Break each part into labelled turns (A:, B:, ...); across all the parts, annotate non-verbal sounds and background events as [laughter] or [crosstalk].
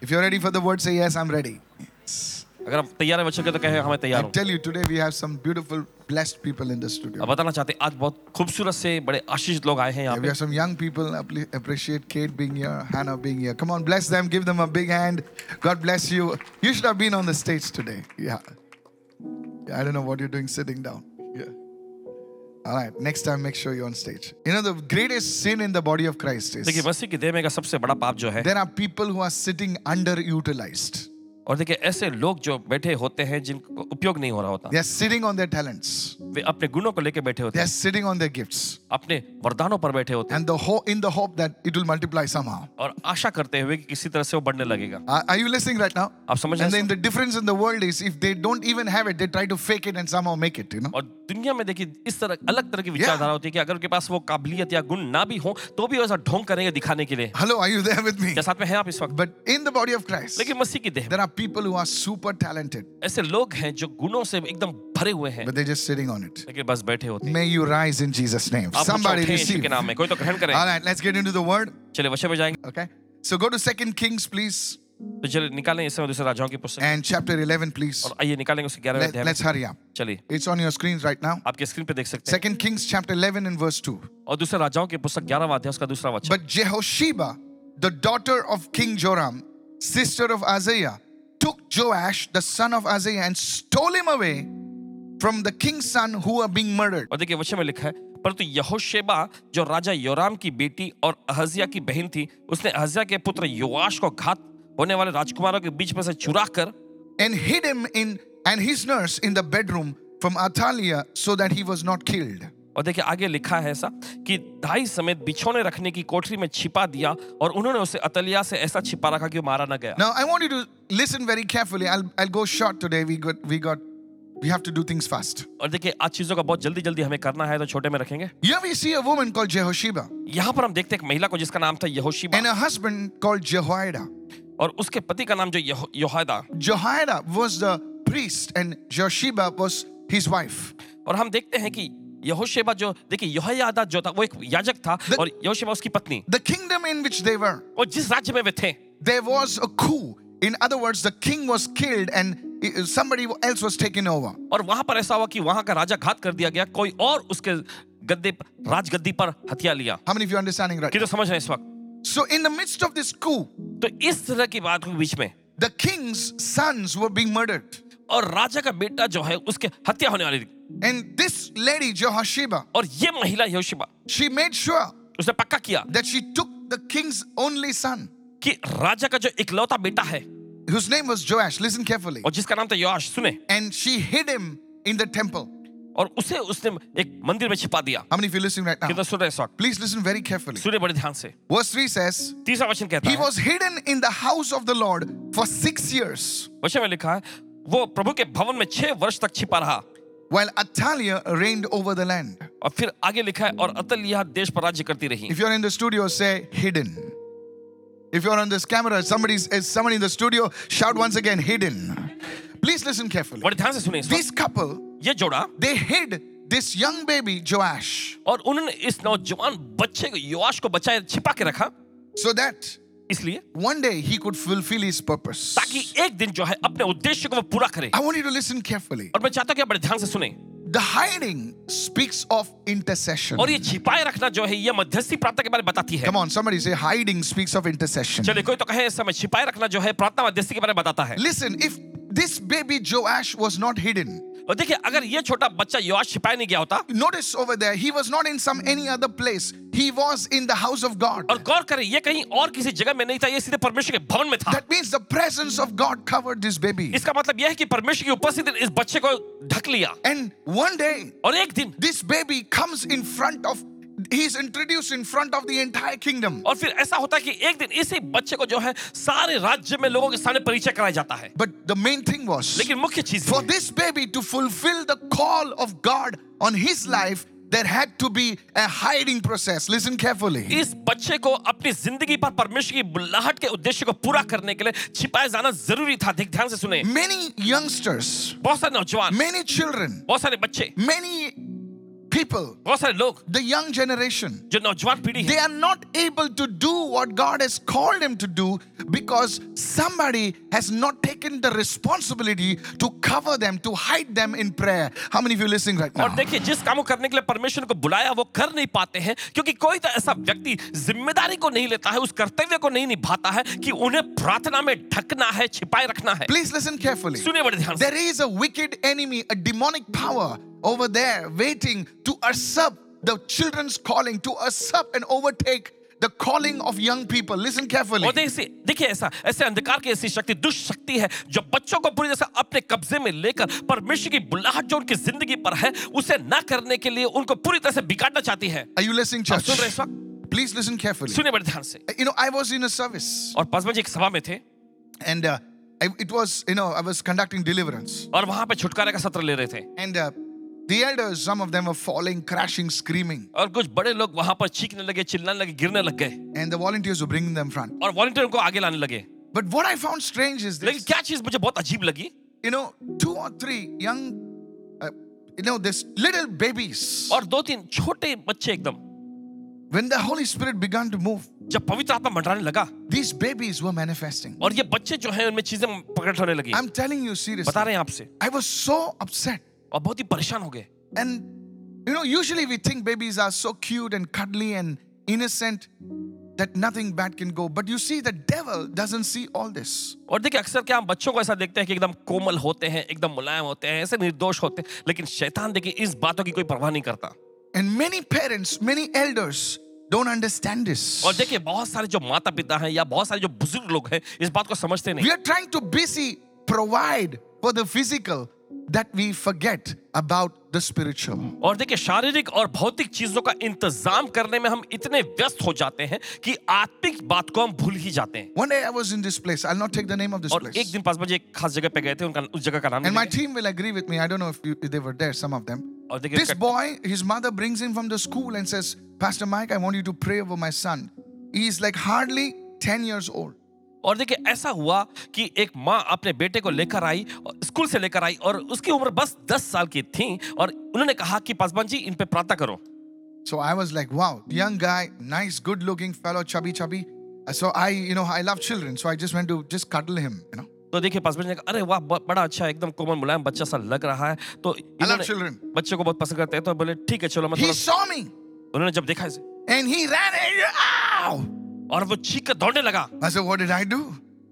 A: If you're ready for the word, say yes, I'm ready.
B: अगर आप तैयार है बच्चों के तो कहे हमें
A: I
B: तैयार हूँ
A: tell you, today we have some beautiful, blessed people in the studio.
B: अब बताना चाहते हैं, आज बहुत खूबसूरत से बड़े आशीष लोग आए हैं यहाँ
A: Yeah, we
B: पे
A: have some young people. Appli- Appreciate Kate being here, Hannah being here. Come on, bless them. Give them a big hand. God bless you. You should have been on the stage today. Yeah. Yeah, I don't know what you're doing sitting down. Yeah. All right. Next time, make sure you're on stage. You know, the greatest sin in the body of Christ is
B: देखिए मसीह की देह में का सबसे बड़ा पाप जो है
A: there are people who are sitting underutilized.
B: और देखिए ऐसे लोग जो बैठे होते हैं जिनको उपयोग नहीं हो रहा होता
A: They're sitting on their talents.
B: वे अपने गुणों को लेके बैठे होते हैं
A: They're sitting on their gifts,
B: अपने वरदानों पर बैठे होते हैं
A: and the ho- in the hope that it will multiply somehow.
B: और आशा करते हुए कि किसी तरह से वो बढ़ने लगेगा
A: Are, are you listening right now?
B: आप समझ रहे
A: And
B: हैं
A: then the difference in the world is if they don't even have it, they try to fake it and somehow make it, you know.
B: और दुनिया में देखिए इस तरह अलग तरह की विचारधारा होती है कि अगर उनके पास वो काबिलियत या गुण ना भी हो तो भी वैसा ढोंग करेंगे दिखाने के लिए
A: Hello, are you there with me?
B: क्या साथ में हैं आप इस वक्त
A: But in the body of Christ,
B: लेकिन मसीह की देह में
A: there are people who are super talented,
B: ऐसे लोग हैं जो गुणों से एकदम भरे हुए हैं
A: but they're just sitting on it.
B: लेकिन बस बैठे होते हैं
A: May you rise in Jesus' name.
B: आप कुछ
A: Somebody
B: उठें यीशु
A: receive. Uh,
B: के
A: All
B: नाम में कोई तो ग्रहण करें
A: right, let's get into the word.
B: चले वशे में जाएंगे
A: Okay. So go to Second Kings, please,
B: तो चले निकालें इस समय दूसरे राजाओं की पुस्तक
A: and chapter 11, please.
B: और आइए निकालेंगे उसके ग्यारहवें
A: Let,
B: अध्याय में
A: let's hurry up.
B: चलिए
A: It's on your screens right now.
B: आपके स्क्रीन पे देख सकते हैं
A: Second Kings, chapter 11, and verse 2.
B: और दूसरे राजाओं की पुस्तक ग्यारहवा अध्याय उसका दूसरा वचन
A: But Jehosheba, the daughter of King Joram, sister of Isaiah, took Joash, the son of Isaiah, and stole him away from the king's son who were being murdered.
B: और देखिए वचन में लिखा है परंतु यहोशेबा जो राजा योराम की बेटी और अहजिया की बहन थी उसने अहजिया के पुत्र योआश को घात होने वाले राजकुमारों के बीच में से चुरा कर
A: And hid him in and his nurse in the bedroom from Athaliah so that he was not killed.
B: और देखिए आगे लिखा है ऐसा कि ढाई समेत बिछौने रखने की कोठरी में छिपा दिया और उन्होंने उसे अतलिया से ऐसा छिपा रखा कि वो मारा ना गया
A: Now I want you to listen very carefully. I'll I'll go short today. We got we got we have to do things fast.
B: और देखिए आज चीजों का बहुत जल्दी जल्दी हमें करना है तो छोटे में रखेंगे
A: Here we see a woman called Jehosheba
B: यहाँ पर हम देखते हैं एक महिला को जिसका नाम था यहोशिबा
A: and a husband called Jehoiada.
B: और उसके पति का नाम जो यहो- योहादा
A: Jehoiada was the priest and Josheba was his wife.
B: और हम देखते हैं कि यहोशेबा जो देखिए योहादा जो था वो एक याजक था
A: The-
B: और यहोशेबा उसकी पत्नी
A: The kingdom in which they were,
B: और जिस राज्य में वे थे
A: there was a coup. In other words, the king was killed and i- somebody else was taken over.
B: और वहां पर ऐसा हुआ कि वहां का राजा घात कर दिया गया कोई और उसके गद्दे पर- राजगद्दी पर हथिया लिया
A: How many of you are understanding right?
B: कि तो समझ रहे हैं इस वक्त
A: So, in the midst of this coup,
B: तो इस तरह की बात के बीच में
A: the king's sons were being murdered.
B: और राजा का बेटा जो है उसके हत्या होने वाली थी
A: And this लady, Jehosheba,
B: और ये महिला यहोशिबा
A: she made sure
B: उसने पक्का किया
A: that she took the king's only son,
B: कि राजा का जो इकलौता बेटा है
A: whose name was Joash. Listen carefully.
B: और जिसका नाम था योआश सुने
A: And she hid him in the temple.
B: और उसे उसने एक मंदिर में छिपा दिया
A: How many of you are listening right
B: कि
A: now?
B: तो सुन रहे हैं इस वक्त
A: Please listen very carefully.
B: सुने बड़े ध्यान से
A: Verse 3 says,
B: तीसरा वचन कहता
A: He
B: है
A: was hidden in the house of the Lord for six years,
B: वचन में लिखा है वो प्रभु के भवन में छह वर्ष तक छिपा रहा
A: while Atalia reigned over the land.
B: और फिर आगे लिखा है और अतल यह देश पर राज्य करती रही
A: If you're in the studio, say hidden. If you're on this camera, somebody's is someone in the studio, shout once again, hidden. Please listen carefully.
B: बड़े ध्यान से सुने इस वक्त।
A: This couple,
B: ये जोड़ा
A: they hid this young baby Joash
B: और उन्होंने इस नौजवान बच्चे को योआश को बचाए छिपा के रखा
A: so that
B: इसलिए
A: one day he could fulfill his purpose.
B: ताकि एक दिन जो है अपने उद्देश्य को वो पूरा करे
A: I want you to listen carefully.
B: और मैं चाहता हूँ कि आप बड़े ध्यान से सुने
A: The hiding speaks of intercession.
B: और ये छिपाए रखना जो है ये मध्यस्थी प्रार्थना के बारे में बताती है
A: Come on, somebody say hiding speaks of intercession.
B: चलिए कोई तो कहे इस समय छिपाए रखना जो है प्रार्थना मध्यस्थी के बारे में बताता है
A: Listen, if this baby Joash was not hidden,
B: और देखिए अगर ये छोटा बच्चा योआश छिपाया नहीं गया होता
A: notice over there, he was not in some any other place. He was in the house of God.
B: और गौर करें ये कहीं और किसी जगह में नहीं था ये सीधे परमेश्वर के भवन में था
A: That means the presence of God covered this baby.
B: इसका मतलब यह है कि परमेश्वर की उपस्थिति ने इस बच्चे को ढक लिया
A: And one day,
B: और एक दिन
A: this baby comes in front of, he's introduced in front of the entire kingdom.
B: और फिर ऐसा होता है कि एक दिन इसी बच्चे को जो है सारे राज्य में लोगों के सामने परिचय कराया जाता है
A: But the main thing was,
B: लेकिन मुख्य चीज
A: for this baby to fulfill the call of God on his life, there had to be a hiding process. Listen carefully.
B: इस बच्चे को अपनी जिंदगी पर परमेश्वर की बुलाहट के उद्देश्य को पूरा करने के लिए छिपाए जाना जरूरी था देख ध्यान से सुने
A: Many youngsters,
B: बहुत सारे नौजवान
A: many children,
B: बहुत सारे बच्चे
A: many people,
B: बहुत सारे लोग
A: the young generation,
B: जो नौजवान पीढ़ी है
A: they are not able to do what God has called them to do because somebody has not taken the responsibility to cover them, to hide them in prayer. How many of you listening right
B: और
A: now?
B: देखिए जिस काम को करने के लिए परमेश्वर को बुलाया वो कर नहीं पाते हैं क्योंकि कोई तो ऐसा व्यक्ति जिम्मेदारी को नहीं लेता है उस कर्तव्य को नहीं निभाता है कि उन्हें प्रार्थना में ढकना है छिपाए रखना है
A: Please listen carefully.
B: सुनिए बड़े ध्यान से
A: There is a wicked enemy, a demonic power over there waiting to usurp the children's calling, to usurp and overtake the calling of young people. Listen carefully.
B: और देखिए देखिए ऐसा ऐसे अंधकार की ऐसी शक्ति दुष्ट शक्ति है जो बच्चों को पूरी तरह से अपने कब्जे में लेकर परमेश्वर की बुलाहट जो उनकी जिंदगी पर है उसे ना करने के लिए उनको पूरी तरह से बिगाड़ना चाहती है
A: Are you listening,
B: आप
A: church?
B: सुन रहे हैं इस वक्त
A: Please listen carefully.
B: सुनिए बड़े ध्यान से
A: You know, I was in a service
B: और पासवान जी एक सभा में थे
A: and uh, I, it was, you know, I was conducting deliverance.
B: और वहां पे छुटकारे का सत्र ले रहे थे
A: And uh, the elders, some of them were falling, crashing, screaming.
B: और कुछ बड़े लोग वहां पर चीखने लगे चिल्लाने लगे गिरने लग गए
A: And the volunteers were bringing them front.
B: और वॉलंटियर को आगे लाने लगे
A: But what I found strange is
B: लेकिन
A: this.
B: क्या चीज मुझे बहुत अजीब लगी
A: you know, two or three young, uh, you know, this little babies.
B: और दो तीन छोटे बच्चे एकदम
A: When the Holy Spirit began to move,
B: जब पवित्र आत्मा मंडराने लगा
A: these babies were manifesting.
B: और ये बच्चे जो हैं उनमें चीजें प्रकट होने लगी
A: I'm telling you seriously,
B: बता रहे हैं आपसे
A: I was so upset.
B: और बहुत ही परेशान हो गए
A: And, you know, usually we think babies are so cute and cuddly and innocent that nothing bad can go. But you see, the devil doesn't see all this.
B: और देखिए अक्सर क्या हम बच्चों को ऐसा देखते हैं कि एकदम कोमल होते हैं एकदम मुलायम होते हैं ऐसे निर्दोष होते हैं लेकिन शैतान देखिए इस बातों की कोई परवाह नहीं करता
A: And many parents, many elders don't understand this.
B: और देखिए बहुत सारे जो माता पिता हैं या बहुत सारे जो बुजुर्ग लोग हैं इस बात को समझते नहीं
A: We are trying to busy provide for the physical that we forget about the spiritual.
B: और देखिए शारीरिक और भौतिक चीजों का इंतजाम करने में हम इतने व्यस्त हो जाते हैं कि आत्मिक बात को हम भूल ही जाते हैं
A: One day I was in this place. I'll not take the name of this
B: और एक
A: place.
B: दिन पासवान जी एक खास जगह पे गए थे उनका उस जगह का नाम
A: And
B: नहीं
A: my team will agree with me. I don't know if, you, if they were there, some of them.
B: है। और देखिए
A: This
B: उसका-
A: boy, his mother brings him from the school and says, Pastor Mike, I want you to pray over my son. He's like hardly 10 years old.
B: और देखिए ऐसा हुआ कि एक माँ अपने बेटे को लेकर आई और स्कूल से लेकर आई और उसकी उम्र बस 10 साल की थी और उन्होंने कहा कि पासवान जी इन पे प्रार्थना करो
A: So I was like, wow, young guy, nice, good looking fellow, chubby, chubby. Uh, So I, you know, I love children. So I just went to just cuddle him, you know.
B: तो देखिए पासवान जी ने कहा अरे वाह ब- बड़ा अच्छा है, एकदम कोमल मुलायम बच्चा सा लग रहा है तो इन्होंने-
A: children.
B: बच्चों को बहुत पसंद करते हैं तो बोले ठीक है चलो मैं
A: He
B: थोड़ा-"
A: saw me
B: उन्होंने जब देखा इसे
A: and he ran. And, ow!
B: और वो चीख कर दौड़ने लगा
A: I said, What did I do?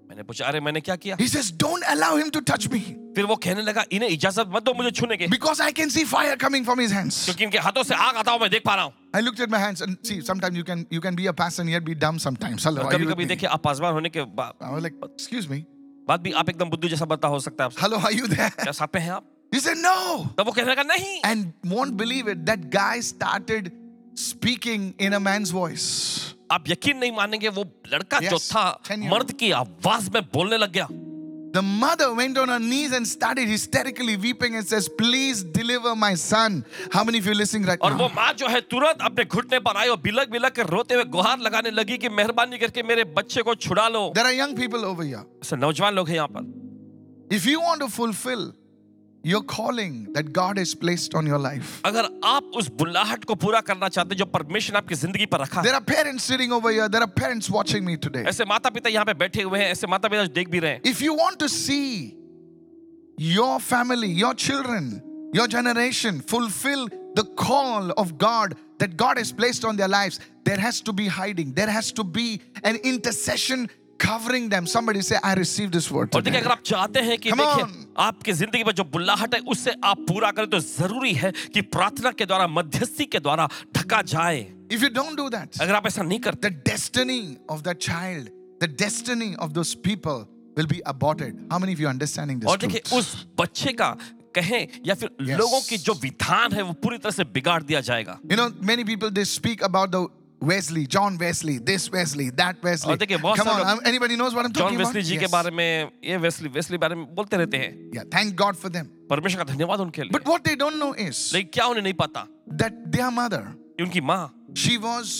B: मैंने पूछा अरे मैंने क्या किया
A: He says, Don't allow him to touch me
B: फिर वो कहने लगा इन्हें इजाजत मत दो मुझे छूने के
A: because I can see fire coming from his hands.
B: क्योंकि इनके हाथों से आग आता हूं मैं देख पा रहा हूँ
A: I looked at my hands and see, sometimes you can you can be a pastor and yet be dumb sometimes. Hello, are
B: कभी
A: you with
B: कभी
A: me?
B: देखिए आप पासवान होने के बा-
A: I was like, excuse me.
B: बाद भी आप एकदम बुद्धू जैसा बता हो सकता है आपसे।
A: Hello, are you there? [laughs]
B: क्या साथ में हैं आप
A: He said, No.
B: तब वो कहने लगा नहीं
A: And won't believe it. That guy started speaking in a man's voice.
B: आप यकीन नहीं मानेंगे वो लड़का
A: Yes,
B: जो था
A: 10 year
B: मर्द की आवाज में बोलने लग गया
A: The mother went on her knees and started hysterically weeping and says, Please deliver my son. How many of you listening right
B: और
A: now?
B: वो माँ जो है तुरंत अपने घुटने पर आई और बिलक बिलक कर रोते हुए गुहार लगाने लगी कि मेहरबानी करके मेरे बच्चे को छुड़ा लो
A: There are young people over here.
B: ऐसे नौजवान लोग हैं यहाँ पर
A: If you want to fulfill your calling that God has placed on your life,
B: अगर आप उस बुलाहट को पूरा करना चाहते हैं जो परमेश्वर ने आपकी जिंदगी पर रखा है
A: there are parents sitting over here, there are parents watching me today.
B: ऐसे माता पिता यहाँ पे बैठे हुए हैं ऐसे माता पिता देख भी रहे हैं
A: If you want to see your family, your children, your generation fulfill the call of God that God has placed on their lives, there has to be hiding, there has to be an intercession covering them. Somebody say, I receive this word.
B: और तो देखिए
A: Today.
B: अगर आप चाहते हैं कि
A: Come
B: देखिए
A: on.
B: आपकी जिंदगी में जो बुलाहट है उससे आप पूरा करें तो जरूरी है कि प्रार्थना के द्वारा मध्यस्थी के द्वारा ढका जाए
A: If you don't do that,
B: अगर आप ऐसा नहीं करते
A: the destiny of that child, the destiny of those people will be aborted. How many of you are understanding this?
B: और देखिए
A: truth?
B: उस बच्चे का कहें या फिर लोगों की जो विधान है वो पूरी तरह से बिगाड़ दिया जाएगा
A: You know, many people they speak about the Wesley, John Wesley, this Wesley, that Wesley.
B: और Oh, देखिए, बहुत
A: Come on,
B: सारे लोग-
A: I'm- anybody knows what I'm
B: John
A: talking
B: Wesley
A: about?
B: Ji के
A: Yes.
B: बारे में ये वेस्ली वेस्ली बारे में बोलते रहते हैं
A: Yeah, thank God for them.
B: परमेश्वर का धन्यवाद उनके लिए
A: But what they don't know is
B: लेकिन क्या उन्हें नहीं पता
A: that their mother,
B: कि उनकी माँ
A: she was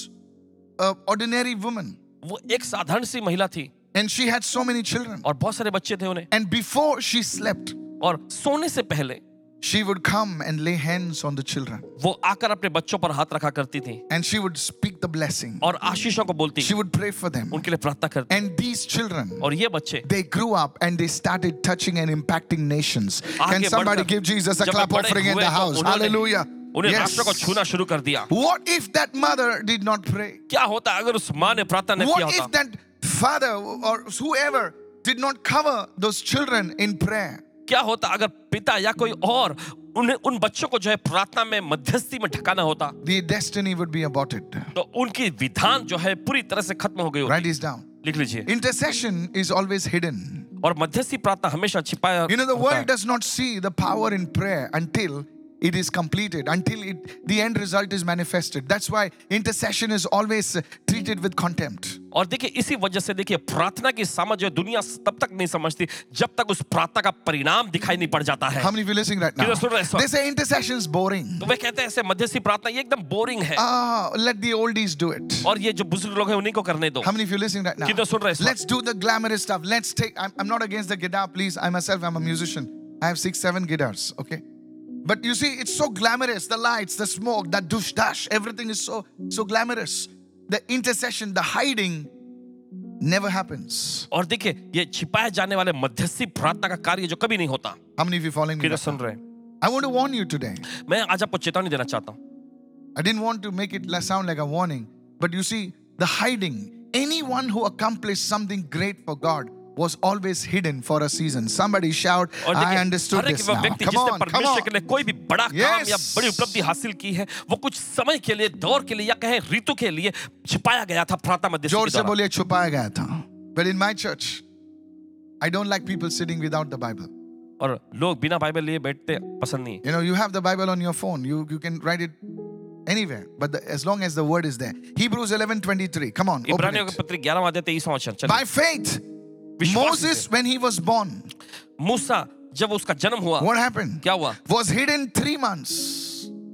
A: an ordinary woman
B: वो एक साधारण सी महिला थी
A: and she had so many children.
B: और बहुत सारे बच्चे थे उन्हें
A: And before she slept,
B: और सोने से पहले
A: she would come and lay hands on the children
B: वो आकर अपने बच्चों पर हाथ रखा करती थी
A: and she would speak the blessing.
B: और आशीषों को बोलती
A: She would pray for them.
B: उनके लिए प्रार्थना करती
A: And these children,
B: और ये बच्चे
A: they grew up and they started touching and impacting nations. Can
B: आगे
A: somebody
B: बढ़कर
A: give Jesus a
B: जब
A: clap
B: वे बड़े
A: offering in
B: हुए
A: the
B: तो
A: house?
B: उन्होंने-
A: Hallelujah.
B: उन्हें राष्ट्र को
A: Yes.
B: छूना शुरू कर दिया
A: What if that mother did not pray?
B: क्या होता अगर उस माँ ने प्रार्थना नहीं किया
A: What if
B: होता
A: that father or whoever did not cover those children in prayer?
B: क्या होता अगर पिता या कोई और उन्हें उन बच्चों को जो है प्रार्थना में मध्यस्थी में ढकाना होता
A: Their destiny would be aborted.
B: तो उनकी विधान जो है पूरी तरह से खत्म हो गई होती।
A: Write this down.
B: लिख लीजिए
A: Intercession is always hidden.
B: और मध्यस्थी प्रार्थना हमेशा छिपाया
A: You know, the
B: होता है।
A: world does not see the power in prayer until it is completed, until it, the end result is manifested. That's why intercession is always treated with contempt.
B: और देखिए इसी वजह से देखिए प्रार्थना की समझ जो है, दुनिया तब तक नहीं समझती जब तक उस प्रार्थना का परिणाम दिखाई नहीं पड़ जाता है
A: How many of you listening right now?
B: Yes, sir, yes, sir.
A: They say intercession is boring.
B: तो वे कहते हैं ऐसे मध्यस्थी प्रार्थना ये एकदम बोरिंग है
A: Ah, let the oldies do it.
B: और ये जो बुजुर्ग लोग हैं उन्हीं को करने दो
A: How many of you listening right now?
B: कितने सुन रहे हैं इस वक्त?
A: Let's do the glamorous stuff. Let's take. I'm, I'm not against the guitar, please. I myself am a musician. I have six, seven guitars. Okay, but you see, it's so glamorous. The lights, the smoke, that douche dash, everything is so so glamorous. The intercession, the hiding, never happens.
B: और देखिए ये छिपाए जाने वाले मध्यस्थी प्रार्थना का कार्य जो कभी नहीं होता
A: How many of you following me?
B: किधर
A: right
B: सुन
A: now?
B: रहे हैं
A: I want to warn you today.
B: मैं आज आपको चेतावनी देना चाहता हूँ
A: I didn't want to make it la- sound like a warning, but you see, the hiding, anyone who accomplished something great for God was always hidden for a season. Somebody shout,
B: और
A: I
B: देखिए
A: understood
B: हर एक
A: this
B: वो
A: now.
B: व्यक्ति
A: Come on,
B: जिसने
A: come on.
B: परमेश्वर के लिए कोई भी बड़ा काम
A: Yes.
B: या बड़ी उपलब्धि हासिल की है वो कुछ समय के लिए दौर के लिए या कहें ऋतु के लिए छिपाया गया था प्रार्थना मध्यस्थी
A: जोर
B: के
A: से
B: दौरान।
A: बोलिए छुपाया गया था. But in my church, I don't like people sitting without the Bible.
B: और लोग बिना बाइबल लिए बैठते पसंद नहीं है।
A: You know, you have the Bible on your phone. You you can write it anywhere, but the, as long as the word is there. Hebrews 11:23. Come on, open
B: इब्रानियों की
A: it.
B: पत्री 11 अध्याय 23 वचन चलिए।
A: By faith,
B: विश्वास
A: Moses, when he was born,
B: से। मूसा जब उसका जन्म हुआ
A: what happened?
B: क्या हुआ
A: Was hidden three months.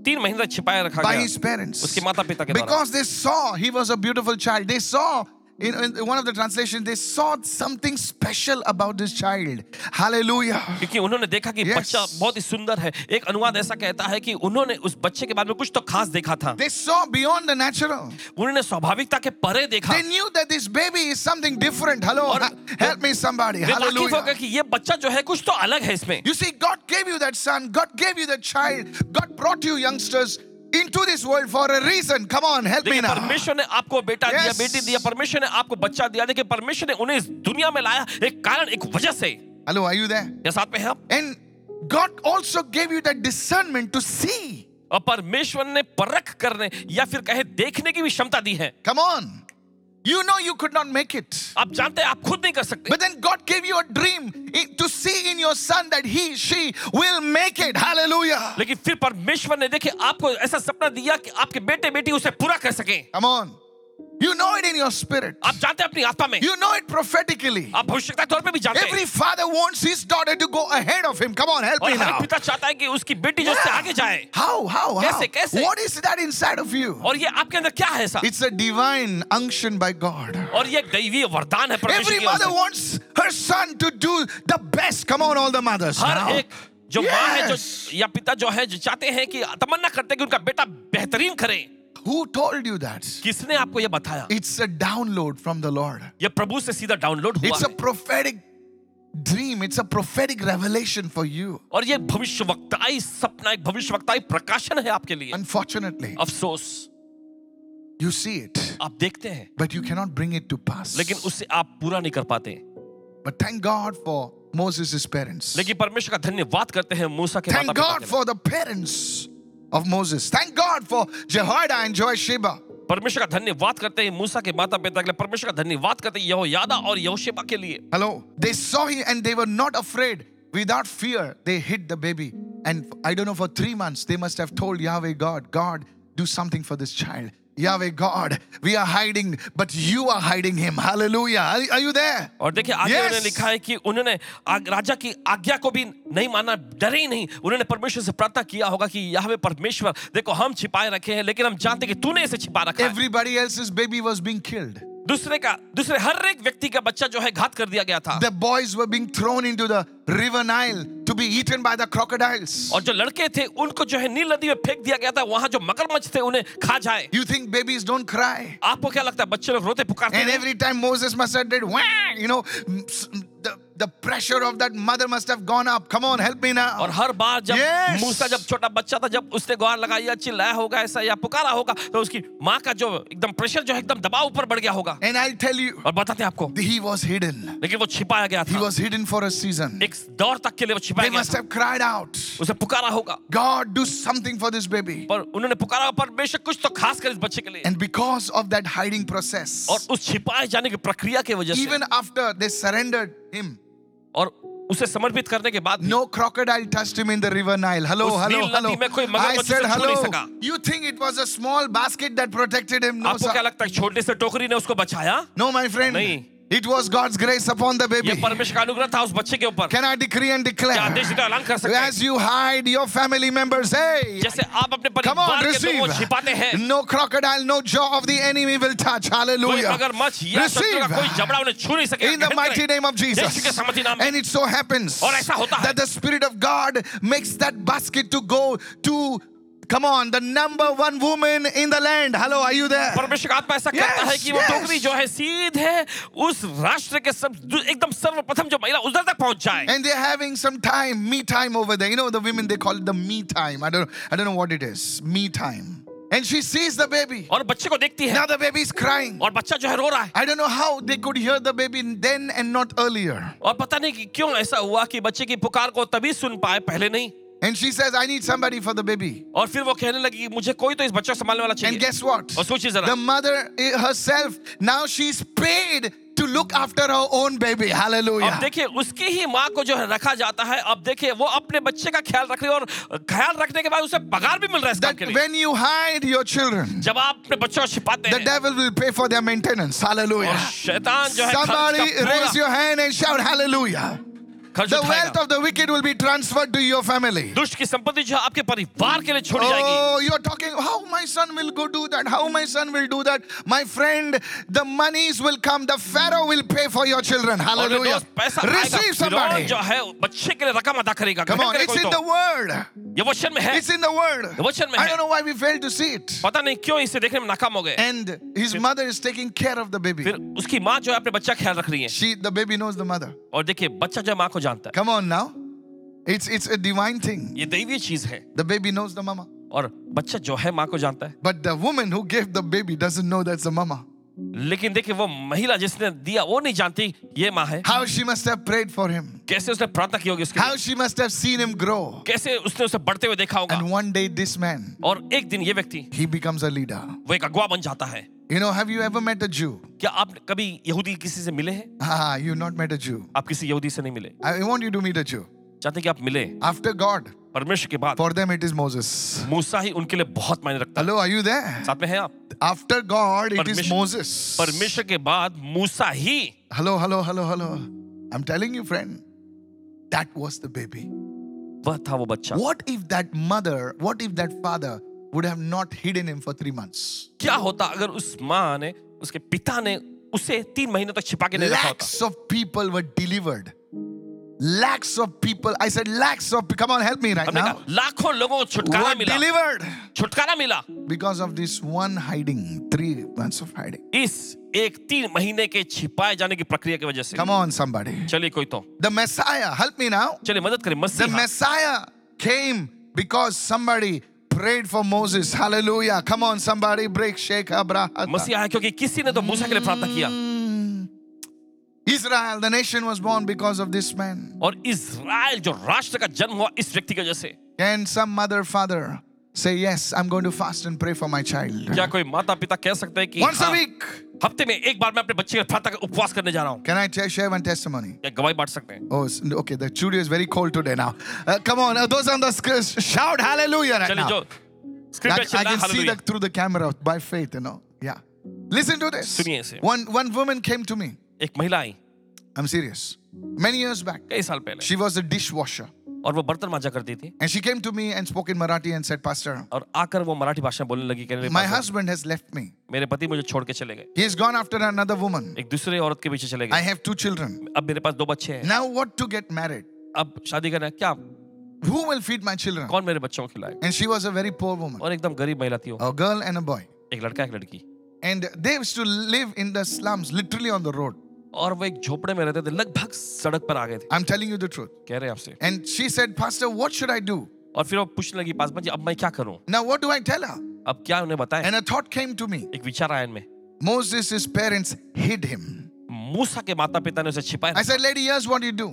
B: तीन महीने तक छिपाया रखा
A: by his
B: गया
A: parents
B: उसके माता पिता के द्वारा
A: because they saw he was a beautiful child they saw in, in one of the translations they saw something special about this child hallelujah
B: क्योंकि उन्होंने देखा कि
A: Yes.
B: बच्चा बहुत ही सुंदर है एक अनुवाद ऐसा कहता है कि उन्होंने उस बच्चे के बारे में कुछ तो खास देखा था
A: they saw beyond the natural
B: उन्होंने स्वाभाविकता के परे देखा
A: they knew that this baby is something different hello
B: और-
A: ha- help me somebody
B: वे वाकिफ हो गए
A: hallelujah
B: कि ये बच्चा जो है कुछ तो अलग है इसमें
A: you see god gave you that son god gave you that child god brought you youngsters into this world for a reason come on help me
B: देखिए
A: now
B: परमेश्वर ने आपको बेटा दिया
A: हाँ। Yes.
B: बेटी दिया परमेश्वर ने आपको बच्चा दिया देखिए परमेश्वर ने उन्हें इस दुनिया में लाया एक कारण एक वजह से
A: hello are you there
B: या साथ में हाँ, है आप
A: and god also gave you that discernment to see
B: और परमेश्वर ने परख करने या फिर कहे देखने की भी क्षमता दी है
A: Come on. You know you could not make it.
B: आप जानते हैं आप खुद नहीं कर सकते
A: But then God gave you a dream i- to see in your son that he, she will make it. Hallelujah.
B: लेकिन फिर परमेश्वर ने देखिए आपको ऐसा सपना दिया कि आपके बेटे बेटी उसे पूरा कर सके
A: Come on. You know it in your spirit.
B: आप जानते हैं अपनी आत्मा में
A: You know it prophetically.
B: आप भविष्यता के तौर पे भी जानते हैं
A: Every father wants his daughter to go ahead of him. Come on, help
B: और
A: me
B: हर एक
A: now.
B: पिता चाहता है कि उसकी बेटी जो उससे
A: Yeah.
B: आगे जाए
A: How? How? How?
B: कैसे, कैसे?
A: What is that inside of you?
B: और ये आपके अंदर क्या है ऐसा
A: It's a divine unction by God.
B: और ये एक दैवीय वरदान है परमेश्वर
A: Every
B: की ओर
A: mother
B: से।
A: wants her son to do the best. Come on, all the mothers.
B: हर
A: Now.
B: एक जो माँ है जो
A: Yes.
B: या पिता जो है जो चाहते हैं कि तमन्ना करते हैं कि उनका बेटा बेहतरीन करे
A: Who told you that?
B: किसने आपको ये बताया
A: It's a download from the Lord.
B: ये प्रभु से सीधा डाउनलोड हुआ
A: It's a
B: है।
A: prophetic dream. It's a prophetic revelation for you.
B: और ये भविष्यवक्ताई सपना एक भविष्यवक्ताई प्रकाशन है आपके लिए
A: Unfortunately,
B: अफसोस
A: you see it,
B: आप देखते हैं
A: but you cannot bring it to pass.
B: लेकिन उससे आप पूरा नहीं कर पाते
A: But thank God for Moses' parents.
B: लेकिन परमेश्वर का धन्यवाद करते हैं मूसा के
A: Thank
B: माता-पिता
A: God
B: के
A: for the parents of Moses. Thank God for Jehoiada and Joasheba.
B: लिए। परमेश्वर का धन्यवाद करते हैं मूसा के माता पिता के लिए परमेश्वर का धन्यवाद करते हैं यहोयादा और यहोशेबा के लिए
A: Hello. They saw him and they were not afraid. Without fear, they hid the baby. And I don't know, for three months, they must have told Yahweh God, God, do something for this child. Yahweh God, we are hiding, but you are hiding him. Hallelujah. Are, are you there?
B: और देखिए आगे
A: Yes.
B: उन्होंने लिखा है कि उन्होंने आग- राजा की आज्ञा को भी नहीं माना डरे ही नहीं उन्होंने परमेश्वर से प्रार्थना किया होगा कि यहवे परमेश्वर देखो हम छिपाए रखे हैं लेकिन हम जानते हैं कि तूने इसे छिपा रखा है
A: Everybody else's baby was being killed.
B: दूसरे का दूसरे हर एक व्यक्ति का बच्चा जो है घात कर दिया गया था
A: The boys were being thrown into the river Nile to be eaten by the crocodiles.
B: और जो लड़के थे उनको जो है नील नदी में फेंक दिया गया था वहां जो मगरमच्छ थे उन्हें खा जाए
A: You think babies don't cry?
B: आपको क्या लगता है बच्चे लोग रोते पुकारते
A: And
B: हैं
A: every time Moses must have did, wah, you know, m- s- m- the, the pressure of that mother must have gone up. Come on, help me
B: और
A: now.
B: हर बार जब
A: Yes!
B: मूसा जब छोटा बच्चा था जब उसने गुहार लगाई या चिल्लाया होगा ऐसा या पुकारा होगा तो उसकी माँ का जो एकदम प्रेशर जो है एकदम दबाव ऊपर बढ़ गया होगा
A: And I'll tell you,
B: और बताते हैं आपको
A: he was hidden.
B: लेकिन वो छिपाया गया
A: He
B: था
A: was hidden for a season.
B: एक दौर तक के लिए वो छिपाया
A: They
B: गया
A: must
B: था
A: have cried out,
B: उसे पुकारा होगा
A: God, do something for this baby.
B: पर उन्होंने पुकारा परमेश्वर कुछ तो खास कर इस बच्चे के लिए
A: And because of that hiding process,
B: और उस छिपाए जाने की प्रक्रिया की वजह से
A: even after they surrendered him,
B: और उसे समर्पित करने के बाद भी
A: no crocodile touched him in the river Nile. Hello,
B: उस
A: hello,
B: नील नदी
A: hello.
B: में कोई
A: I
B: मगरमच्छ उसे
A: said
B: छू नहीं
A: hello.
B: सका।
A: You think it was a small basket that protected him? No,
B: आपको
A: sir.
B: क्या लगता है छोटे से टोकरी ने उसको बचाया
A: No, my friend.
B: नहीं।
A: It was God's grace upon the
B: ये
A: baby.
B: परमेश्वर का अनुग्रह था उस बच्चे के ऊपर
A: Can I decree and
B: क्या आदेश
A: declare?
B: का ऐलान कर सकते हैं
A: As you hide your family members, hey,
B: जैसे आप अपने
A: come on,
B: परिवार के लोगों को छिपाते हैं
A: receive. No crocodile, no jaw of the enemy will touch.
B: कोई
A: Hallelujah.
B: मगरमच्छ या
A: Receive.
B: शत्रु का कोई जबड़ा उन्हें छू नहीं सकेगा
A: In the
B: ग्रहण
A: mighty
B: करें।
A: name of
B: यीशु के
A: Jesus.
B: सामर्थी नाम में
A: And it so happens
B: और ऐसा होता है।
A: that the Spirit of God makes that basket to go to, come on, the number one woman in the land. Hello, are you there?
B: परमेश्वर का आत्मा ऐसा
A: Yes,
B: करता है कि वो
A: yes.
B: टोकरी जो है सीधे उस राष्ट्र के सब एकदम सर्वप्रथम जो महिला उधर तक पहुंच जाए
A: And they're having some time, me time over there. You know, the women they call it the me time. I don't, I don't know what it is. Me time. And she sees the baby.
B: और बच्चे को देखती है
A: Now the baby is crying.
B: और बच्चा जो है रो रहा है
A: I don't know how they could hear the baby then and not earlier.
B: और पता नहीं कि क्यों ऐसा हुआ कि बच्चे की पुकार को तभी सुन पाए पहले नहीं
A: And she says, I need somebody for the baby.
B: और फिर वो कहने लगी कि मुझे कोई तो इस बच्चे को संभालने वाला
A: And
B: चाहिए
A: guess what?
B: और सोचिए जरा।
A: The mother eh, herself, now she's paid to look after her own baby.
B: अब
A: Hallelujah.
B: देखिए उसकी ही माँ को जो है रखा जाता है अब देखिए वो अपने बच्चे का ख्याल रख रही है और ख्याल रखने के बाद उसे पगार भी मिल रहा है इस काम
A: That
B: के लिए
A: when you hide your children,
B: जब आप अपने बच्चों को छिपाते
A: the
B: हैं
A: devil will pay for their maintenance.
B: और
A: Hallelujah.
B: शैतान जो है खर्च
A: Somebody
B: का
A: raise
B: पूरा
A: your hand and shout hallelujah.
B: खर्च
A: The
B: उठाएगा।
A: wealth of the wicked will be transferred to your family.
B: दुष्ट की संपत्ति जो है आपके परिवार के लिए छोड़ी जाएगी
A: Oh, you're talking, how my son will go do that? How my son will do that? My friend, the monies will come. The Pharaoh will pay for your children.
B: और जो
A: Hallelujah.
B: दोस्त पैसा आएगा,
A: Receive
B: फिरौन
A: somebody.
B: जो है बच्चे के लिए रकम अदा करेगा
A: Come
B: ग्रहण
A: on,
B: करेगा
A: it's in
B: कोई
A: the
B: तो।
A: word.
B: ये वचन में है
A: It's in the
B: वचन
A: word.
B: में
A: I
B: है।
A: don't know why we fail to see it.
B: पता नहीं क्यों इसे देखने में नाकाम हो गए
A: And his mother is taking care of the baby.
B: फिर उसकी माँ जो है अपने बच्चा का ख्याल रख रही है
A: She, the baby knows the mother.
B: और देखिए बच्चा जो है माँ को जानता है
A: Come on now. It's it's a divine thing.
B: ये दैवीय चीज है
A: The baby knows the mama.
B: और बच्चा जो है माँ को जानता है
A: But the woman who gave the baby doesn't know that's the mama.
B: लेकिन देखिए वो महिला जिसने दिया वो नहीं जानती ये माँ है
A: How she must have prayed for him.
B: कैसे उसने प्रार्थना की होगी उसके
A: How
B: लिए?
A: she must have seen him grow.
B: कैसे उसने उसे बढ़ते हुए देखा होगा
A: And one day this man,
B: और एक दिन ये व्यक्ति
A: he becomes a leader.
B: वो एक अगवा बन जाता है
A: You know, have you ever met a Jew? [laughs]
B: क्या आप कभी यहूदी किसी से मिले हैं
A: Ah, you not met a Jew.
B: आप किसी यहूदी से नहीं मिले
A: I want you to meet a Jew.
B: चाहते हैं कि आप मिले
A: After God,
B: परमेश्वर के बाद
A: for them it is Moses.
B: मूसा ही उनके लिए बहुत मायने रखता
A: Hello, are you there?
B: है साथ में है आप
A: After God, it is
B: Permission-
A: Moses.
B: परमेश्वर के बाद मूसा ही
A: Hello, hello, hello, hello. I'm telling you, friend, that was the baby.
B: वह था वो बच्चा
A: What if that mother, what if that father would have not hidden him for three months?
B: क्या होता अगर उस माँ ने उसके पिता ने उसे तीन महीने तक छिपा के नहीं रखा होता
A: Lakhs of people were delivered. Lakhs of people, I said, lakhs of Come on, help me right
B: हमने
A: now.
B: कहा लाखों लोगों को छुटकारा
A: Were
B: मिला
A: delivered
B: छुटकारा मिला
A: because of this one hiding, three months of hiding.
B: इस एक तीन महीने के छिपाए जाने की प्रक्रिया की वजह से
A: Come on, somebody.
B: चलिए कोई तो
A: The Messiah, help me now.
B: चलिए मदद करें
A: The
B: मसीहा
A: Messiah came because somebody prayed for Moses. Hallelujah. Come on, somebody break Sheikh Abraham.
B: मसीहा है क्योंकि किसी ने तो मूसा के लिए प्रार्थना किया
A: Israel, the nation was born because of this man.
B: और इसराइल जो राष्ट्र का जन्म हुआ इस व्यक्ति की वजह से
A: Can some mother, father say, Yes, I'm going to fast and pray for my child?
B: क्या कोई माता पिता कह सकते हैं कि
A: Once a
B: हाँ,
A: week.
B: हफ्ते में एक बार मैं अपने बच्चे के लिए प्रार्थना का उपवास करने जा रहा हूँ
A: Can I t- share one testimony?
B: क्या गवाही बांट सकते हैं
A: Oh, s- okay. The studio is very cold today now. Uh, come on, uh, those on the screen, shout hallelujah right
B: चलिए
A: now.
B: जो स्क्रीन
A: I,
B: पे
A: I
B: चिल्ला
A: can see
B: hallelujah
A: that through the camera by faith, you know. Yeah. Listen to this.
B: सुनिए इसे।
A: One one woman came to me.
B: एक महिला आई
A: I'm serious. Many years back,
B: कई साल पहले
A: she was a dishwasher,
B: और वो बर्तन मांजा करती थी
A: and she came to me and spoke in Marathi and said, "Pastor,
B: और आकर वो मराठी भाषा में बोलने लगी कहने
A: my
B: लगी
A: husband has left me.
B: मेरे पति मुझे छोड़ के चले गए
A: He has gone after another woman.
B: एक दूसरे औरत के पीछे चले
A: I
B: गए
A: have two children.
B: अब मेरे पास दो बच्चे हैं
A: Now what to get married?
B: अब शादी करना है क्या
A: Who will feed my children?
B: कौन मेरे बच्चों को खिलाएगा
A: And she was a very poor woman,
B: और एकदम गरीब महिला थी वो
A: a girl and a boy.
B: एक लड़का एक लड़की
A: And they used to live in the slums, literally on the road.
B: और वो एक झोपड़े में रहते थे लगभग सड़क पर आ गए थे
A: I'm telling you the truth.
B: कह रहे हैं आपसे
A: And she said, Pastor, what should I do?
B: और फिर वो पूछने लगी पासवान जी अब मैं क्या करूं
A: Now, what do I tell her?
B: अब क्या उन्हें बताएं
A: And a thought came to me
B: एक विचार आया इनमें
A: Moses, his parents hid him.
B: मूसा के माता पिता ने उसे छिपाया
A: I said, Lady, here's what you do.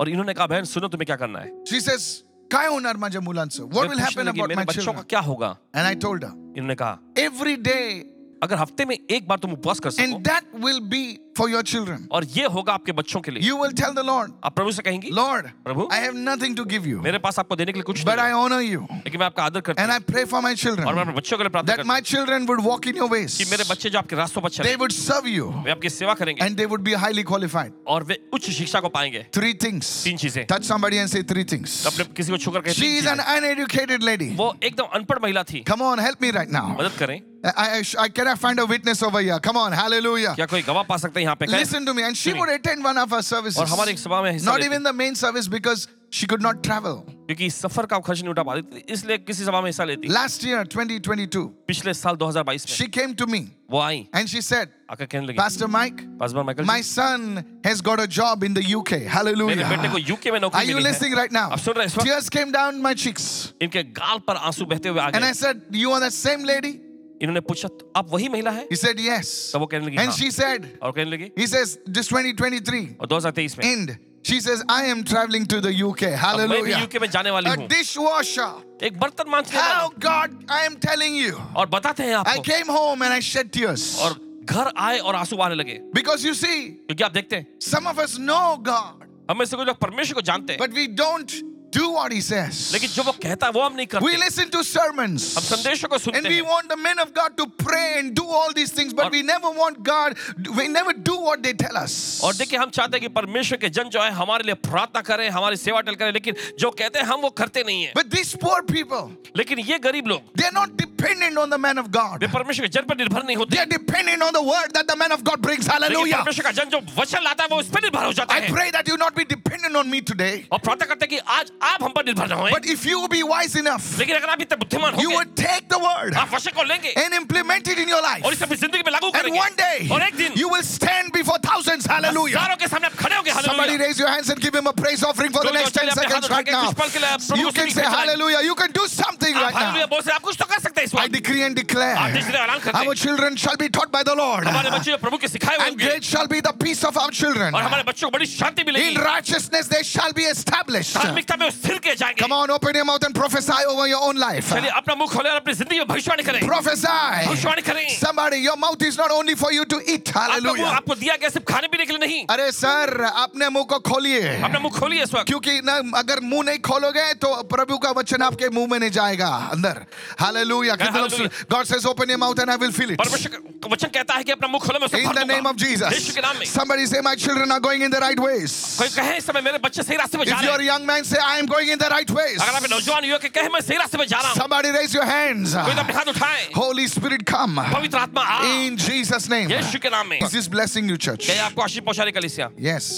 B: और इन्होंने कहा बहन सुनो तुम्हें क्या करना है
A: She says, "Kya honar maja mulansa? What
B: way
A: will
B: पूछने
A: happen
B: लगी,
A: about
B: मेरे
A: my
B: बच्चों का
A: children?
B: क्या होगा
A: And I told her,
B: इन्होंने कहा
A: Every day,
B: अगर हफ्ते में एक बार तुम उपवास कर सको
A: and that will be for your children.
B: और ये होगा आपके बच्चों के लिए
A: You will tell the Lord,
B: आप प्रभु से कहेंगी
A: Lord,
B: Prabhu?
A: I have nothing to give you,
B: मेरे पास आपको देने के लिए कुछ
A: but
B: नहीं
A: I
B: है,
A: honor you.
B: लेकिन मैं आपका आदर करता
A: And
B: हूँ
A: I pray for my
B: और मैं
A: children
B: अपने बच्चों के लिए प्रार्थना
A: that
B: करता हूँ
A: my children would walk in your ways.
B: कि मेरे बच्चे जो आपके रास्तों पर चले
A: They would serve you
B: वे आपकी सेवा करेंगे
A: and they would be highly qualified.
B: और वे उच्च शिक्षा को पाएंगे
A: Three things.
B: तीन चीजें तो
A: Touch somebody and say three things.
B: अपने किसी को छूकर कहे
A: She
B: तीन
A: is an
B: चीजें।
A: uneducated lady.
B: वो एकदम अनपढ़ महिला थी
A: Come on, help me right now.
B: मदद करें
A: I, I, I can I find a witness over here? Come on, hallelujah.
B: क्या कोई गवाह पा सकते हैं यहाँ पे कहें?
A: Listen to me. And she
B: सुनिए।
A: would attend one of our services.
B: और हमारे एक सभा में हिस्सा
A: Not
B: लेती।
A: even the main service because she could not travel.
B: क्योंकि सफर का खर्च नहीं उठा पाती थी, इसलिए किसी सभा में हिस्सा लेती
A: Last year, 2022,
B: पिछले साल 2022 में
A: she came to me
B: वो आई
A: and she said,
B: आकर कहने लगी
A: Pastor Mike,
B: pastor Michael
A: my
B: जी,
A: son has got a job in the UK.
B: मेरे बेटे को
A: Hallelujah.
B: यूके में
A: हाँ। Are
B: नौकरी
A: you
B: मिली है
A: listening right now?
B: आप सुन रहे हैं इस वक्त?
A: Tears came down my cheeks.
B: इनके गाल पर आंसू बहते हुए आ
A: And
B: गए
A: I said, You are that same lady?
B: इन्होंने पूछा "तो आप वही महिला है
A: He said, Yes.
B: तब वो कहने लगी
A: And
B: "हाँ."
A: she said,
B: और कहने लगी
A: He says, This 2023
B: और 2023 में
A: end. She says, I am traveling to the UK.
B: अब मैं भी
A: Hallelujah.
B: यूके में जाने वाली
A: A
B: हूँ
A: dishwasher.
B: एक बर्तन मांझने वाला
A: How
B: हूँ।
A: God, I am telling you.
B: और बताते हैं
A: I
B: आपको
A: came home and I shed tears.
B: और घर आए और आंसू आने लगे
A: Because you see,
B: क्योंकि आप देखते हैं
A: some of us know God,
B: हमें से कुछ लोग परमेश्वर को जानते हैं
A: but we don't do what He
B: लेकिन
A: says.
B: जो वो कहता है वो हम नहीं
A: We
B: करते
A: listen to sermons.
B: हम संदेशों को
A: And
B: सुनते
A: we
B: हैं
A: want the men of God to pray and do all these things, but
B: और-
A: we never want God, we never do what they tell us.
B: और देखिए हम चाहते हैं कि परमेश्वर के जन जो है हमारे लिए प्रार्थना करें हमारी सेवा टल करें लेकिन जो कहते हैं हम वो करते नहीं है
A: But these poor people,
B: लेकिन ये गरीब लोग
A: they're not dependent on the man of God.
B: वे परमेश्वर के जन पर निर्भर नहीं होते
A: They're dependent on the word that the man of God brings.
B: लेकिन
A: Hallelujah.
B: परमेश्वर का जन जो वचन लाता है वो उस पर निर्भर हो जाता
A: I
B: है
A: pray that you not be dependent on me today.
B: और प्रार्थना करते हैं कि आज आप हम पर निर्भर ना होए
A: But if you be wise enough,
B: लेकिन अगर आप इतने बुद्धिमान
A: you
B: हो
A: would take the word
B: आप वचन को लेंगे
A: and implement it in your life.
B: और इसे अपनी जिंदगी में लागू
A: And one day,
B: करेंगे और एक दिन
A: you will stand before thousands. Hallelujah.
B: हजारों के सामने आप खड़े होंगे
A: Somebody
B: hallelujah
A: raise your hands and give him a praise offering for the
B: दो लोग
A: next 10
B: अपने हाथ
A: seconds
B: उठा
A: right
B: के
A: now.
B: कुछ पल के लिए आप प्रभु
A: You
B: से
A: can
B: भी
A: say
B: खिंचवाएंगे।
A: hallelujah. You can do something right
B: आप हालेलुया
A: now.
B: बोल सकते आप कुछ तो कर सकते हैं इस
A: I
B: वक्त
A: decree and
B: आप
A: declare
B: तीसरे ऐलान करते
A: our
B: हैं
A: children shall be taught by the Lord.
B: हमारे बच्चे जो प्रभु के सिखाए हुए
A: And
B: होंगे
A: great shall be the peace of our children.
B: और हमारे बच्चों को बड़ी शांति मिलेगी
A: In righteousness they shall be established.
B: धार्मिकता में वो स्थिर किए जाएंगे
A: Come on, open your mouth and prophesy over your own life.
B: चलिए अपना मुंह खोले और अपनी जिंदगी में भविष्यवाणी करें
A: Prophesy.
B: भविष्यवाणी करें
A: Somebody, your mouth is not only for you to eat.
B: आपका मुंह
A: Hallelujah.
B: आपको दिया गया सिर्फ खाने पीने के लिए नहीं
A: अरे सर अपने मुंह को खोलिए
B: अपना मुंह खोलिए इस वक्त
A: क्योंकि ना अगर मुंह नहीं खोलोगे तो प्रभु का वचन आपके मुंह में नहीं जाएगा अंदर hallelujah
B: Hallelujah.
A: God says open your mouth and I will feel it
B: परमेश्वर का वचन कहता है कि अपना मुंह खोलो मैं उसे
A: In
B: भर
A: the
B: दूंगा।
A: name of
B: Yeshu
A: Jesus.
B: के नाम में
A: Somebody say, My children are going in the right ways.
B: कोई कहे इस समय मेरे बच्चे सही रास्ते में जा
A: If
B: रहे
A: you're a
B: हैं
A: young man, say, I am going in the right ways.
B: अगर आप एक नौजवान युवक कहे मैं सही रास्ते में जा रहा हूँ
A: Somebody raise your hands.
B: कोई तो अपने हाथ उठाए
A: Holy Spirit, come.
B: पवित्र आत्मा आ
A: In Jesus' name.
B: यीशु के नाम में
A: Is this blessing you, church?
B: क्या ये आपको आशीष पहुंचा रही कलिसिया
A: Yes.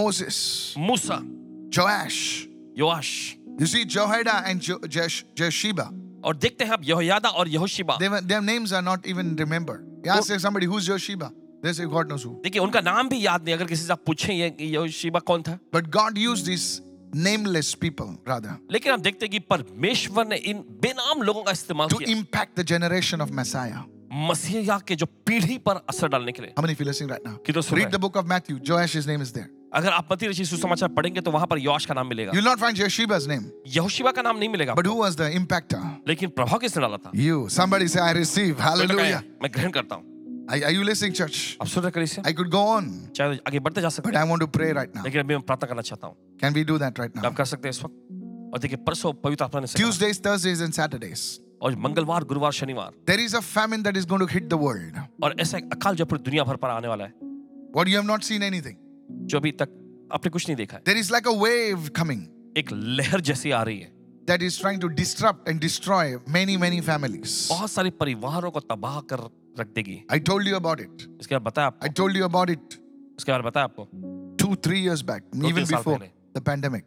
A: Moses,
B: मूसा
A: Joash.
B: योआश
A: You see, Jehoiada and Jo- Jesh- Jesheba,
B: और देखते हैं आप यहोयादा और यहोशिबा
A: they were, their names are not even remembered. You ask somebody, Who's Jesheba? They say, God knows who.
B: देखिए उनका नाम भी याद नहीं अगर किसी से आप पूछें ये ये यहोशिबा कौन था
A: But God used these nameless people, rather,
B: लेकिन हम देखते हैं कि परमेश्वर ने इन बेनाम लोगों का इस्तेमाल
A: to
B: किया
A: impact the generation of Messiah.
B: मसीहा के जो पीढ़ी पर असर डालने के लिए
A: How many of you listening right now?
B: कितने सुन रहे
A: Read the
B: हैं?
A: book of Matthew. Joash's name is there.
B: अगर आप मती रची सुसमाचार पढ़ेंगे तो वहां पर योश का नाम मिलेगा
A: You'll not find Yeshiba's name.
B: यहोशिबा का नाम नहीं मिलेगा
A: But who was the impactor?
B: लेकिन प्रभाव किसने डाला था
A: You. Somebody say, I receive.
B: मैंने कहा,
A: Hallelujah.
B: मैं ग्रहण करता हूँ
A: Are, are you listening, church?
B: आप सुन रहे हैं, कलिसिया
A: I could go on,
B: चाहे आगे बढ़ते जा सकते
A: but
B: हैं
A: I want to pray right now.
B: लेकिन अभी मैं प्रार्थना करना चाहता हूँ
A: Can we do that right now?
B: आप कर सकते हैं इस वक्त और देखिए परसों पवित्र आत्मा ने से कहा,
A: Tuesdays, Thursdays, and Saturdays.
B: और मंगलवार गुरुवार शनिवार
A: There is a famine that is going to hit the world.
B: और ऐसा एक अकाल जो पूरी दुनिया भर पर आने वाला है
A: What you have not seen anything.
B: जो अभी तक आपने कुछ नहीं देखा है
A: There is like a wave coming
B: एक लहर जैसी आ रही है
A: that is trying to disrupt and destroy many, many families.
B: बहुत सारे परिवारों को तबाह कर रख देगी
A: I told you about it.
B: इसके बारे में बताया आपको
A: I told you about it
B: इसके बारे में बताया आपको
A: two, three years back, even
B: तीन साल
A: before
B: पहले।
A: the pandemic.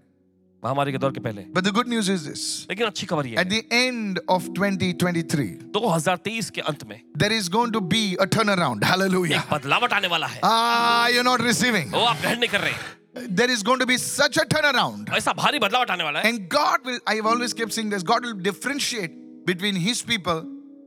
B: महामारी के दौर के पहले
A: But the good news is this
B: लेकिन अच्छी खबर ये
A: at
B: है
A: the end of 2023,
B: 2023 के अंत में
A: there is going to be a turnaround. Hallelujah.
B: एक बदलावट आने वाला है
A: Ah, you're not receiving.
B: वो आप ग्रहण नहीं कर रहे हैं
A: There is going to be such a turnaround.
B: ऐसा भारी बदलावट आने वाला है
A: And God will, I've always kept saying this, God will differentiate between His people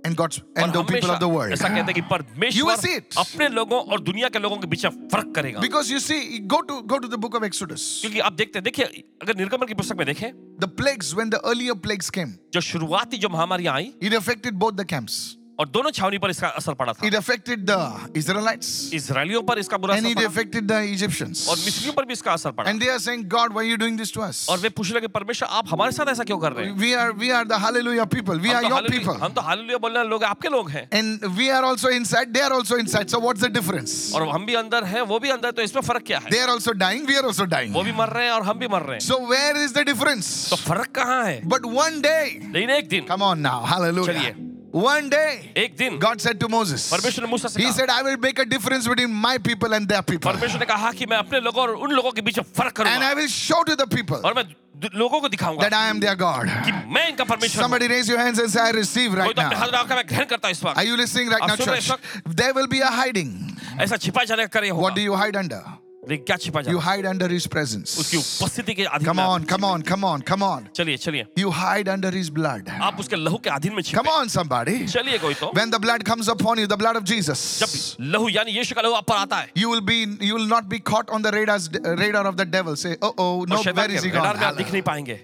A: and God's and
B: और
A: the people of the
B: हमेशा
A: world.
B: ऐसा कहते हैं कि
A: You will see
B: परमेश्वर
A: it.
B: अपने लोगों और दुनिया के लोगों के बीच में फर्क
A: [laughs]
B: करेगा
A: Because you see, go to go to the book of Exodus.
B: क्योंकि आप देखते हैं देखिए अगर निर्गमन की पुस्तक में देखें
A: The plagues, when the earlier plagues came,
B: जो शुरुआती जो महामारी आई
A: it affected both the camps.
B: और दोनों छावनी पर इसका असर पड़ा था
A: It affected the Israelites
B: इसराइलियों पर इसका बुरा
A: and
B: असर
A: it
B: पड़ा
A: affected the
B: और
A: Egyptians.
B: मिस्रियों पर भी इसका असर पड़ा
A: And they are saying, God, why are you doing this to us?
B: और वे पूछ रहे हैं कि परमेश्वर आप हमारे साथ ऐसा क्यों कर रहे हैं
A: We are we are the hallelujah people. We
B: हम
A: are
B: तो
A: your
B: हालेलुया-
A: people.
B: हम तो हालेलुया बोलने वाले लोग हैं, आपके लोग हैं
A: And we are also inside, they are also inside. So what's the difference?
B: और हम भी अंदर हैं वो भी अंदर है, तो इसमें फर्क क्या है
A: They are also dying, we are also dying.
B: वो भी मर रहे हैं और हम भी मर रहे हैं
A: So where is the difference?
B: तो फर्क कहाँ है
A: But one day,
B: लेकिन एक दिन
A: come on now, hallelujah.
B: चलिए।
A: One day,
B: एक दिन
A: God said to Moses,
B: परमेश्वर ने मूसा से
A: He
B: कहा
A: said, I will make a difference between my people and their people.
B: परमेश्वर ने कहा कि मैं अपने लोगों और उन लोगों के बीच में फर्क
A: And
B: करूंगा
A: I will show to the people
B: और मैं दु- लोगों को दिखाऊंगा
A: that I am their
B: कि
A: God.
B: मैं इनका परमेश्वर हूं।
A: Somebody raise your hands and say, I receive
B: कोई
A: right
B: तो अपने हाथ
A: now.
B: उठाकर मैं ग्रहण करता हूं इस
A: Are
B: वक्त
A: you listening right
B: आप
A: now,
B: सुन रहे हैं इस
A: church? There will be a hiding.
B: ऐसा छिपा जाने का कार्य
A: What
B: होगा
A: do you hide under?
B: लेकिन क्या छिपा
A: You
B: जाना
A: hide under His
B: उसकी
A: presence.
B: उपस्थिति के अधीन
A: Come
B: में
A: on, come on, come on, come on.
B: आप- चलिए चलिए
A: You hide under His blood.
B: आप उसके लहू के अधीन में
A: Come
B: छिपे
A: on, somebody.
B: चलिए कोई तो
A: When the blood comes upon you, the blood of
B: जब
A: Jesus,
B: लहू यानी यीशु का लहू आप पर आता है तो
A: you will be, you will not be caught on the radar's, radar of the devil. Say, oh, oh,
B: और
A: no,
B: शैतान
A: where is
B: के
A: he
B: रडार में आप
A: gone?
B: दिख नहीं पाएंगे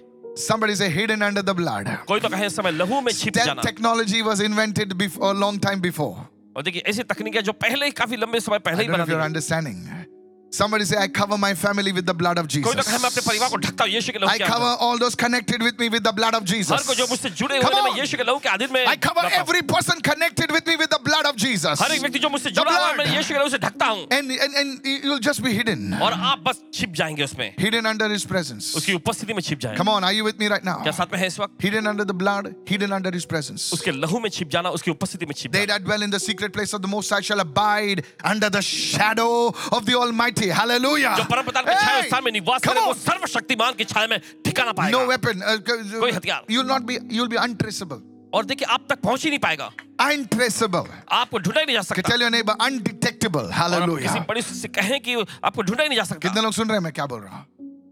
A: Somebody say, hidden under the blood.
B: कोई तो कहे इस समय लहू में छिप
A: That
B: जाना
A: technology was invented before, a long time before.
B: और देखिए ऐसी तकनीक है जो पहले ही काफी लंबे समय पहले
A: I
B: ही
A: don't know
B: बना
A: if you're
B: the
A: understanding. Somebody say, I cover my family with the blood of
B: कोई तो कहे मैं अपने
A: Jesus.
B: परिवार को ढकता हूँ यीशु के लहू
A: I
B: के अंदर
A: cover all those connected with me with the blood of
B: हर को जो
A: Jesus.
B: मुझसे जुड़े
A: Come
B: हुए हैं मैं
A: on.
B: यीशु के लहू के अधीन में
A: I cover
B: रहता हूँ।
A: every person connected with me with the blood of Jesus.
B: हर एक व्यक्ति जो
A: The
B: मुझसे जुड़ा हुआ है मैं
A: blood.
B: यीशु के लहू से ढकता हूँ
A: And, and, and you'll just be hidden.
B: और आप बस छिप जाएंगे उसमें
A: Hidden under his presence.
B: उसकी उपस्थिति में छिप जाएंगे
A: Come on, are you with me right now?
B: क्या साथ में है इस वक्त
A: Hidden under the blood, hidden under his presence.
B: उसके लहू में छिप जाना उसकी उपस्थिति में छिप
A: They
B: जाना
A: that dwell in the secret place of the Most High shall abide under the shadow of the Almighty. Hallelujah.
B: जो परम प्रधान के छाया
A: Hey,
B: स्थान में निवास
A: come
B: करे वो
A: on.
B: सर्वशक्तिमान की छाया में ठिकाना पाएगा
A: No weapon. uh,
B: कोई हथियार।
A: you'll not be. You'll be untraceable.
B: और देखिए आप तक पहुंच ही नहीं पाएगा
A: Untraceable.
B: आपको ढूंढा ही नहीं जा
A: Okay,
B: सकता
A: tell your neighbor undetectable.
B: और आप किसी
A: Hallelujah.
B: बड़े से कहें कि आपको ढूंढा ही नहीं जा सकता
A: कितने लोग सुन रहे हैं मैं क्या बोल रहा हूँ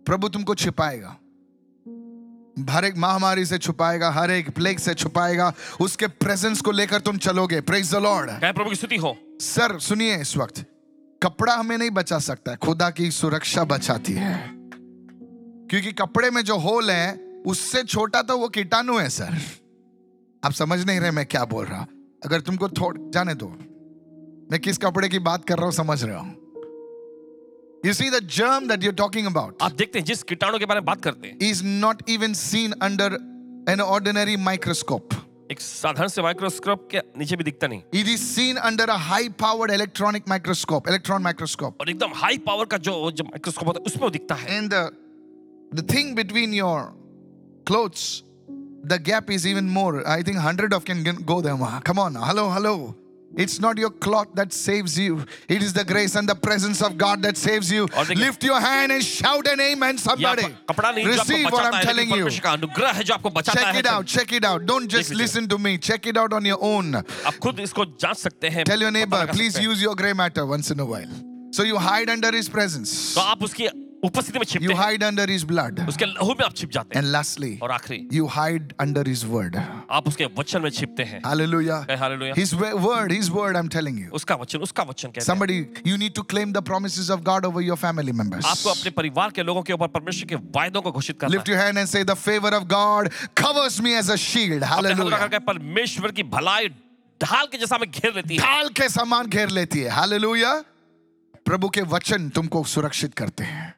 A: प्रभु तुमको छिपाएगा हर एक महामारी से छुपाएगा हर एक प्लेग से छुपाएगा उसके प्रेजेंस को लेकर तुम चलोगे प्रेज द लॉर्ड
B: कहे प्रभु की स्तुति हो
A: सर सुनिए इस वक्त कपड़ा हमें नहीं बचा सकता है खुदा की सुरक्षा बचाती है क्योंकि कपड़े में जो होल है उससे छोटा तो वो कीटाणु है सर आप समझ नहीं रहे मैं क्या बोल रहा अगर तुमको थोड़ जाने दो मैं किस कपड़े की बात कर रहा हूं समझ रहा हूं you see the germ that you talking about
B: आप देखते हैं जिस कीटाणु के बारे में बात करते हैं
A: is not even seen under an ordinary microscope
B: एक साधारण से माइक्रोस्कोप के नीचे भी दिखता नहीं
A: it is seen under a high powered electronic microscope electron microscope
B: और एकदम हाई पावर का जो जो माइक्रोस्कोप होता है उसमें वो दिखता है
A: and the the thing between your clothes the gap is even more i think 100 of can can go there ma. come on hello hello it's not your cloth that saves you it is the grace and the presence of god that saves you
B: और देखिए-
A: lift your hand and shout an amen
B: ये
A: somebody
B: आपका कपड़ा नहीं जो आपको
A: receive what
B: बचाता
A: i'm
B: है
A: telling
B: लेकिन
A: you
B: परमेश्वर का अनुग्रह है जो आपको बचाता
A: check
B: है
A: it out check it out don't just
B: लीजिए।
A: listen to me check it out on your own
B: आप खुद इसको जांच सकते हैं
A: tell your
B: पता
A: neighbor
B: लगा
A: please
B: सकते हैं।
A: use your gray matter once in a while so you hide under his presence
B: तो आप उसकी उपस्थिति में
A: you
B: छिपते हैं
A: hide under his blood
B: उसके लहू में आप छिप जाते हैं
A: and lastly
B: और आखिरी
A: You hide under His word.
B: आप उसके वचन में छिपते हैं
A: Hallelujah.
B: Hey, hallelujah.
A: His wa- word, His word, I'm telling you.
B: उसका वचन उसका वचन कहते हैं
A: Somebody, you need to claim the promises of God over your family members.
B: आपको अपने परिवार के लोगों के ऊपर परमेश्वर के वायदों को घोषित करना
A: Lift your hand and say, The favor of God covers me as a shield.
B: है अपने हाथ
A: Hallelujah.
B: उठाकर परमेश्वर की भलाई ढाल के जैसा हमें घेर लेती है
A: ढाल के समान घेर लेती है हालेलुया प्रभु के वचन तुमको सुरक्षित करते हैं